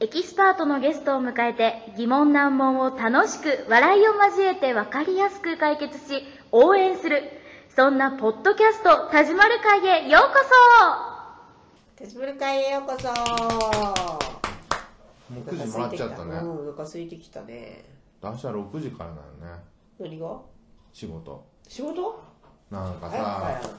エキスパートのゲストを迎えて疑問難問を楽しく笑いを交えて分かりやすく解決し応援するそんなポッドキャスト「田島る会」へようこ手ぶり会へようこそもう9時もらっちゃったね、うん、お腹空いてきたね明日6時からなのね何が仕事仕事なんかあやさっ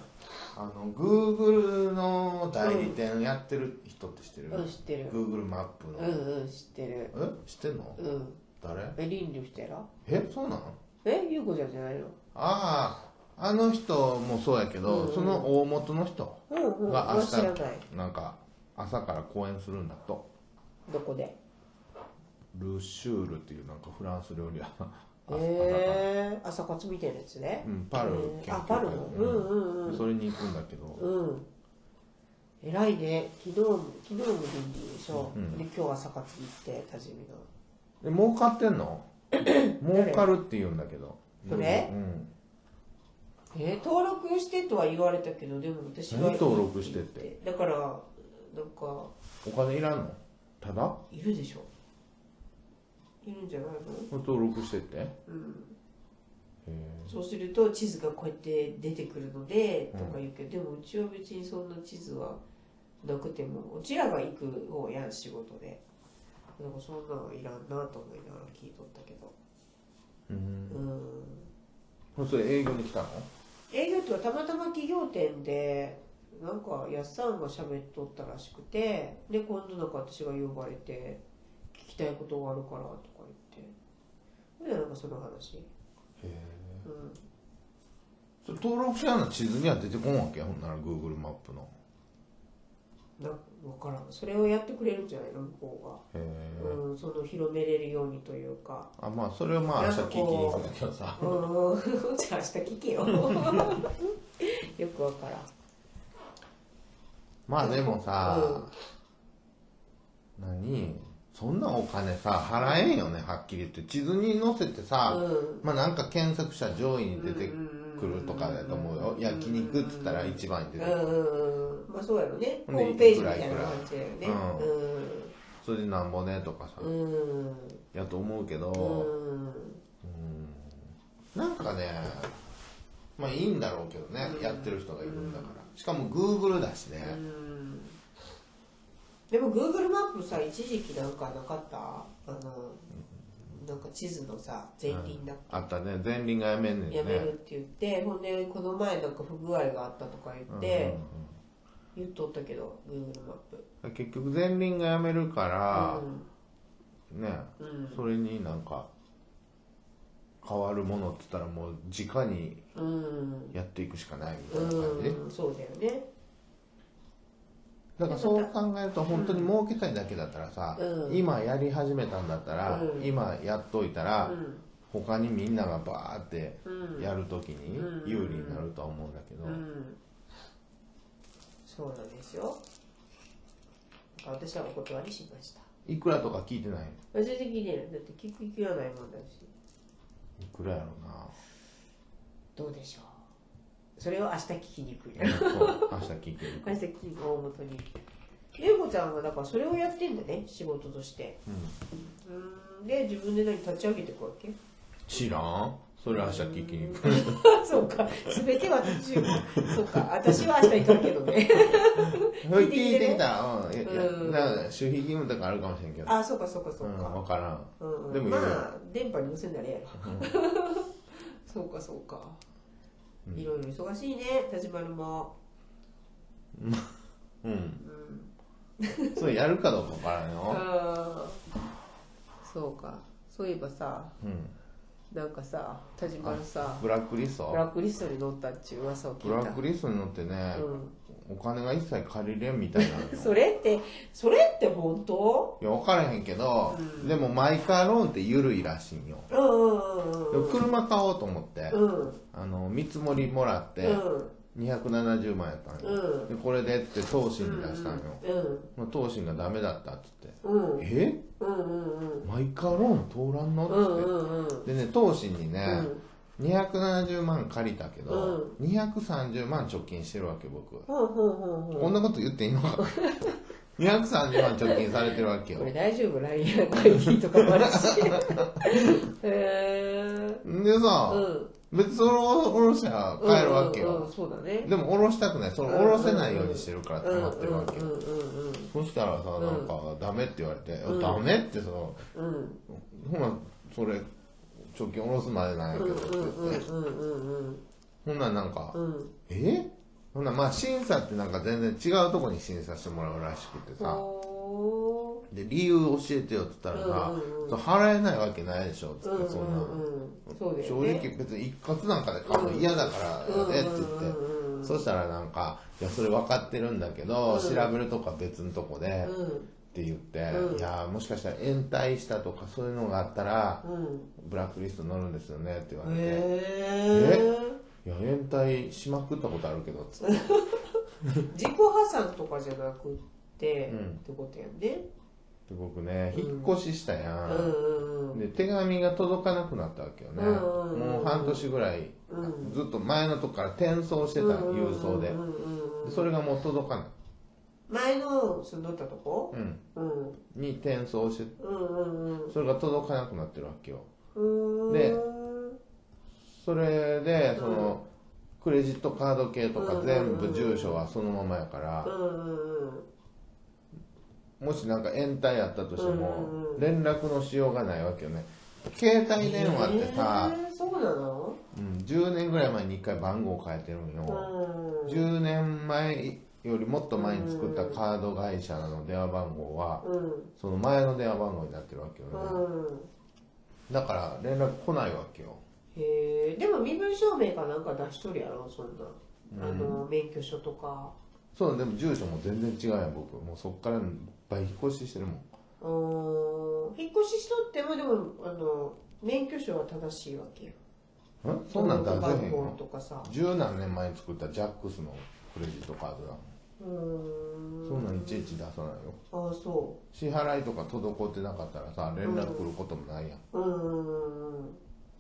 あの Google の代理店やってる人って知ってる、うんうん知ってる Google マップの、ぱやうんうん知ってるえ知ってんの、うん誰えリンリンしてらえそうなのえゆうこちゃんじゃないのあああの人もそうやけど、うんうんその大元の人うんうんが俺明は知らない日なんか朝から公演するんだとどこでルシュールっていうなんかフランス料理屋朝からえー、朝活みたいなやつねうん、パルえー研あ究パ会ルののうんうんうんそれに行くんだけど、うん偉いね昨日も昨日もリンリンでしょ、うんで今日朝活行って多治見ので儲かって んの儲かるって言うんだけどそれうんえー登録してとは言われたけどでも私は何登録してってだからなんかお金いらんのただいるでしょいるんじゃないの登録してってへうんえそうすると地図がこうやって出てくるのでうとんか言うけど、でもうちは別にそんな地図はなくてもうちらが行く方やん仕事でなんかそんなのいらんなと思いながら聞いとったけどううんんそれ営業に来たの営業とはたまたま企業店でなんかやっさんが喋っとったらしくてで今度なんか私が呼ばれて聞きたいことがあるからとか言ってほんでなんかその話へえうんそれ登録者の地図には出てこんわけほんなら Google マップのな分からんそれをやってくれるんじゃないの向こへうえが、うん、その広めれるようにというかあまあそれをまあ明日聞きに行くんだけ どさうんじゃあ明日聞けよ よく分からんまあでもさう何そんなお金さ払えんよねはっきり言って地図に載せてさ、うんまあなんか検索者上位に出てくるとかだと思うよ焼肉っつったら一番に出うてくるんうんうんまあそうやろねホほんでームページみたいな感じだよねいくらいくらうんそれでなんぼねとかさうんやと思うけうどんなんかねまあいいんだろうけどねやってる人がいるんだからしかも Google だしうねんでも Google マップさ一時期なんかなかったあのなんか地図のさ前輪だっけあったね前輪がやめんねんねやめるって言って、ほんでこの前なんか不具合があったとか言って、言っとったけど Google マップうんうん結局前輪がやめるからねうんうんそれになんか変わるものっつったらもう直にうんやっていくしかないみたいな感じうんそうだよねだからそう考えると本当に儲けたいだけだったらさ、うん今やり始めたんだったら、うん今やっといたら、うん他にみんながバーってうんやるときにうん有利になるとは思うんだけど、うんそうなんですよなんか私はお断りしましたいくらとか聞いてないまあ全然聞いてないだって聞く聞かないもんだしいくらやろう などうでしょうそれを明日聞きに行くよそう明日聞いて明る日聞きに行く大元にゆうこちゃんはだからそれをやってんだね仕事としてうんうんで自分で何立ち上げていくわけ知らんそれ明日聞きに行く そうか全ては私 そうか私は明日行くけどねそれ聞いてね聞いてみたら、うんいやいやうんだから守秘義務とかあるかもしれんけ ど、あそうかそうかそううんか、分からんうんうんでもいろいろまあ電波に乗せんならええやろ そうかそうか、いろいろ忙しいね田島るもうんうんそれやるかどうか分からんよ、あーそうかそういえばさうん、なんかさ田島るさブラックリストブラックリストに乗ったっちゅう噂を聞いブたラックリストに乗ってね、うお金が一切借りれん みたいなのよん、それってそれって本当いや分からへんけど、うんでもマイカーローンって緩いらしいんようんうんうんでも車買おうと思って、うんうんあの見積もりもらってうん270万やったんよ、うんでこれでって投資に出したんよ、うんまあ、投資がダメだったっつって、うんえうんうんマイカーローン通らんのうんうんっつっうんうて、んでね投資にね、うん270万借りたけど、230万貯金してるわけ僕ほうほうほうほう こんなこと言っていいのか230万貯金されてるわけよこれ大丈夫 ?LINE 会議とかもあるし。へんでーさ、うん。別にそのおろしゃ帰るわけよ、うんうんうんそうだね。でもおろしたくないそのおろせないようにしてるからってなってるわけよ、うんうんうんそしたらさ、んなんか、ダメって言われて、ダメってその、うん。うんほな、それ、貯金下ろすまでなんやけうんどうっんてうん言って、うんほんならなんか、うんうん。えほんならまあ審査ってなんか全然違うとこに審査してもらうらしくてさ、おで、理由教えてよって言ったらさうんうんうん、そう払えないわけないでしょってー言って、そんな、うんうんうんそうだよ正ね。直別に一括なんかで買うの嫌だからやでって言ってうんうんうんう、んそしたらなんか、いや、それ分かってるんだけど、調べるとか別のとこで、って言って、うんいやーもしかしたら延滞したとかそういうのがあったら、うんうん。ブラックリストになるんですよねって言われて、へいや延滞しまくったことあるけどっつってえ。自己破産とかじゃなくって、うんってことやんね。僕ね引っ越ししたや、うんんうんうん。で手紙が届かなくなったわけよね、うんうんうんもう半年ぐらい、うんずっと前のとこから転送してたのうんうんうん郵送で,、うんうんうんでそれがもう届かない、前の住んどったとこうん、うんに転送してうんうんうんそれが届かなくなってるわけようーんでそれでその、クレジットカード系とか全部住所はそのままやから、うんうんうんもしなんか延滞やったとしてうんうんもうん連絡のしようがないわけよね携帯電話ってさ、えーそうなのうん、10年ぐらい前に1回番号変えてるんよ、うん10年前よりもっと前に作ったカード会社の電話番号はうんその前の電話番号になってるわけよね、うんだから連絡来ないわけよへえでも身分証明かなんか出しとるやろそんなあの免許証とかそうでも住所も全然違うやん僕もうそっからいっぱい引っ越ししてるもんうーん引っ越ししとってもでもあの免許証は正しいわけよんそんなん出せへん番号よとかさ十何年前に作ったジャックスのクレジットカードだもんうーんそんなんいちいち出さないよああそ支払いとか滞ってなかったらさ連絡来ることもないやん、ううんうんうん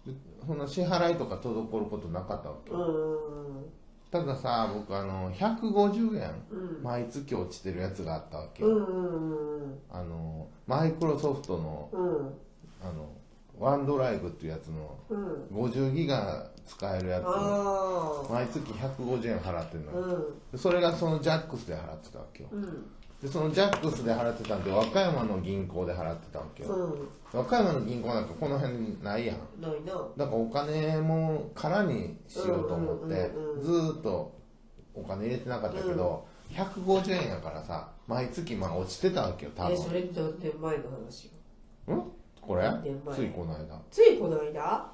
でそんな支払いとか滞ることなかったわけうよ、んうんたださ僕あの150円、うん毎月落ちてるやつがあったわけうよ、んうんうんあのマイクロソフトのうんあのワンドライブっていうやつのうん50ギガ使えるやつああ毎月150円払ってるのうよ、んでそれがそのジャックスで払ってたわけようんでそのジャックスで払ってたんで和歌山の銀行で払ってたわけよ、うん和歌山の銀行なんかこの辺にないやんないなだからお金も空にしようと思ってうんうんうんうんずーっとお金入れてなかったけど、150円やからさ毎月まあ落ちてたわけよ多えそ分れ何年前の話よんこれ年前ついこの間ついこの間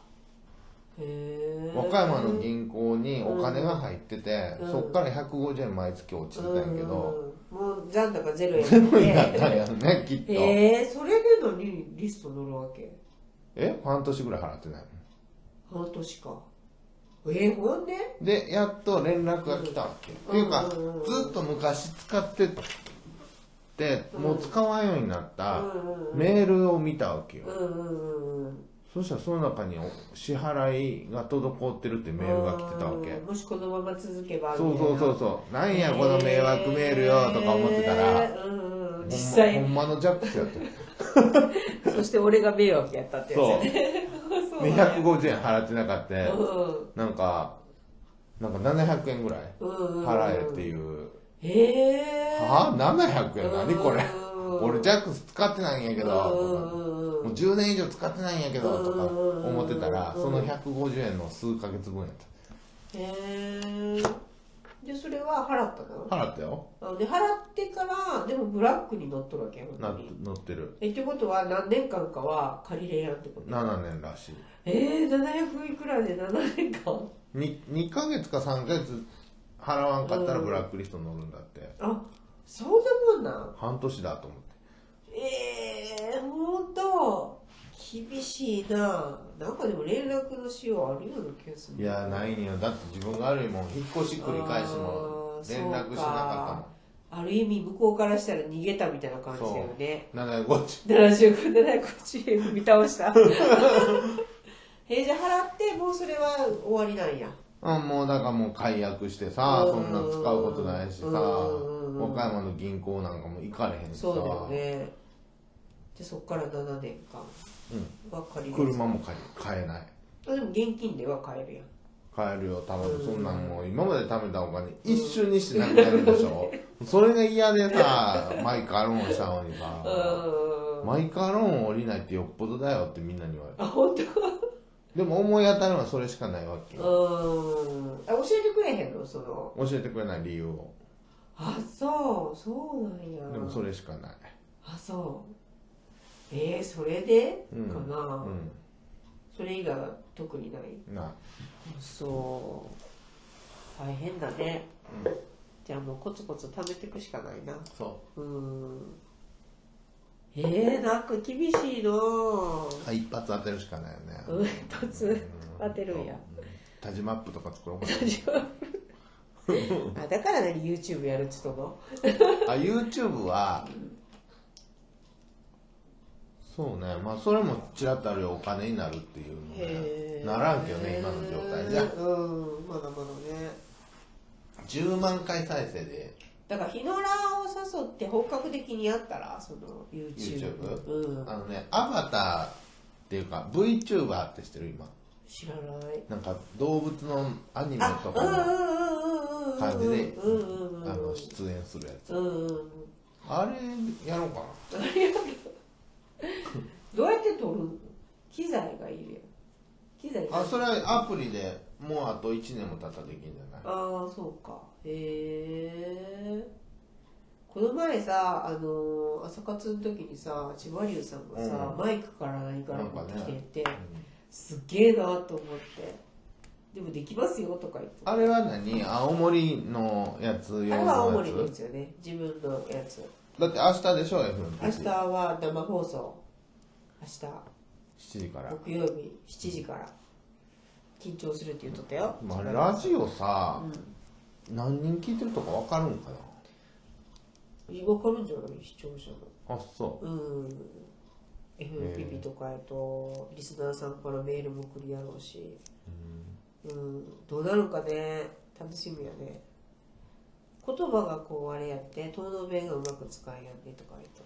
へえ和歌山の銀行にお金が入ってて、うんそっから150円毎月落ちてたんやけうど、んうんもう残高ゼロやゼロになっねたん やろねきっとえへえそれで何リスト乗るわけ半年ぐらい払ってない半年かえほんででやっと連絡が来たわけ、っていうか、うんうんずっと昔使っててもう使わんようになったうんメールを見たわけよ、うんうんうんそしたらその中にお支払いが滞ってるってメールが来てたわけうんもしこのまま続けばそうそうそううそうなんやこの迷惑メールよとか思ってたら、うんうん、ほんま実際ほんまのジャック スやったそして俺が迷惑やったってやつそやうね。そうでなんや150円払ってなかったうんなんかなんか700円ぐらいうんうん払えっていうへえはぁ700円何これうん俺ジャックス使ってないんやけどうんとうんかうんもう10年以上使ってないんやけどとかうん思ってたらその150円の数ヶ月分やっへえでそれは払ったのた払ったよあで払ってからでもブラックに乗っとるわけや本な当に乗ってるえってことは何年間かは借りれやんってこと7年らしいえー、700いくらで7年間 2, 2ヶ月か3ヶ月払わんかったらブラックリスト乗るんだってあそんなもんなん半年だと思ってええー、ほんと厳しいななんかでも連絡のしようあるような気がするいやないんよだって自分が悪いもん引っ越し繰り返しあもー連絡しなかある意味向こうからしたら逃げたみたいな感じだよねったもん750 75でないこっちへ踏み倒した えじゃあ払ってもうそれは終わりなんやうんもうだからもう解約してさうんそんなん使うことないしさうんうん和歌山の銀行なんかも行かれへんしさそうだよねでそっから7年間は借りる車も借り買えないあでも現金では買えるやん買えるよ頼むうんそんなんもう今まで貯めたお金一瞬にしてなくなるでしょそれが嫌で さマイカローンしたのにうさーんマイカローン降りないってよっぽどだよってみんなに言われるあ本当でも思い当たるのはそれしかないわけうよーんあ教えてくれへんのその教えてくれない理由をあそうそうなんやでもそれしかないあそうえー、それでうんかな、うそれ以外は特にないんなそう大変だね、うんじゃあもうコツコツ貯めていくしかないなそうーんえー、なんか厳しいなぁうあ一発当てるしかないよねうん一発当てるんやうんタジマップとか作ろうかなあだから何 YouTube やるっつったの あ YouTube はそうねまあそれもちらっとあるよお金になるっていうのねならんけどね今の状態じゃうんまだまだね10万回再生でだから日のラーを誘って本格的にやったらその YouTube, YouTube？うんあのねアバターっていうか VTuber って知ってる今知らないなんか動物のアニメあとうんうんかうんうんうんの感じでうんうんうんうんあの出演するやつうんうんうんあれやろうかなどうやって撮るの機材がいるよ機材があそれはアプリでもうあと1年も経ったらできるんじゃないああそうかへえこの前さあのー朝活の時にさ千葉龍さんがさ、うんマイクから何から持ってきてて、うんすっげえなと思ってでもできますよとか言ってあれは何青森のやつ用のあやれつは青森のやつよね自分のやつだって明日でしょ F の明日は生放送明7時から日木曜日7時から緊張するって言っとったよまあラジオさう、何人聞いてるとか分かるんかな分かるんじゃない視聴者のあそううん FPP とかやとリスナーさんからメールも来るやろうしうんどうなるかね楽しみやね言葉がこうあれやって東能弁がうまく使えやんねとか言うと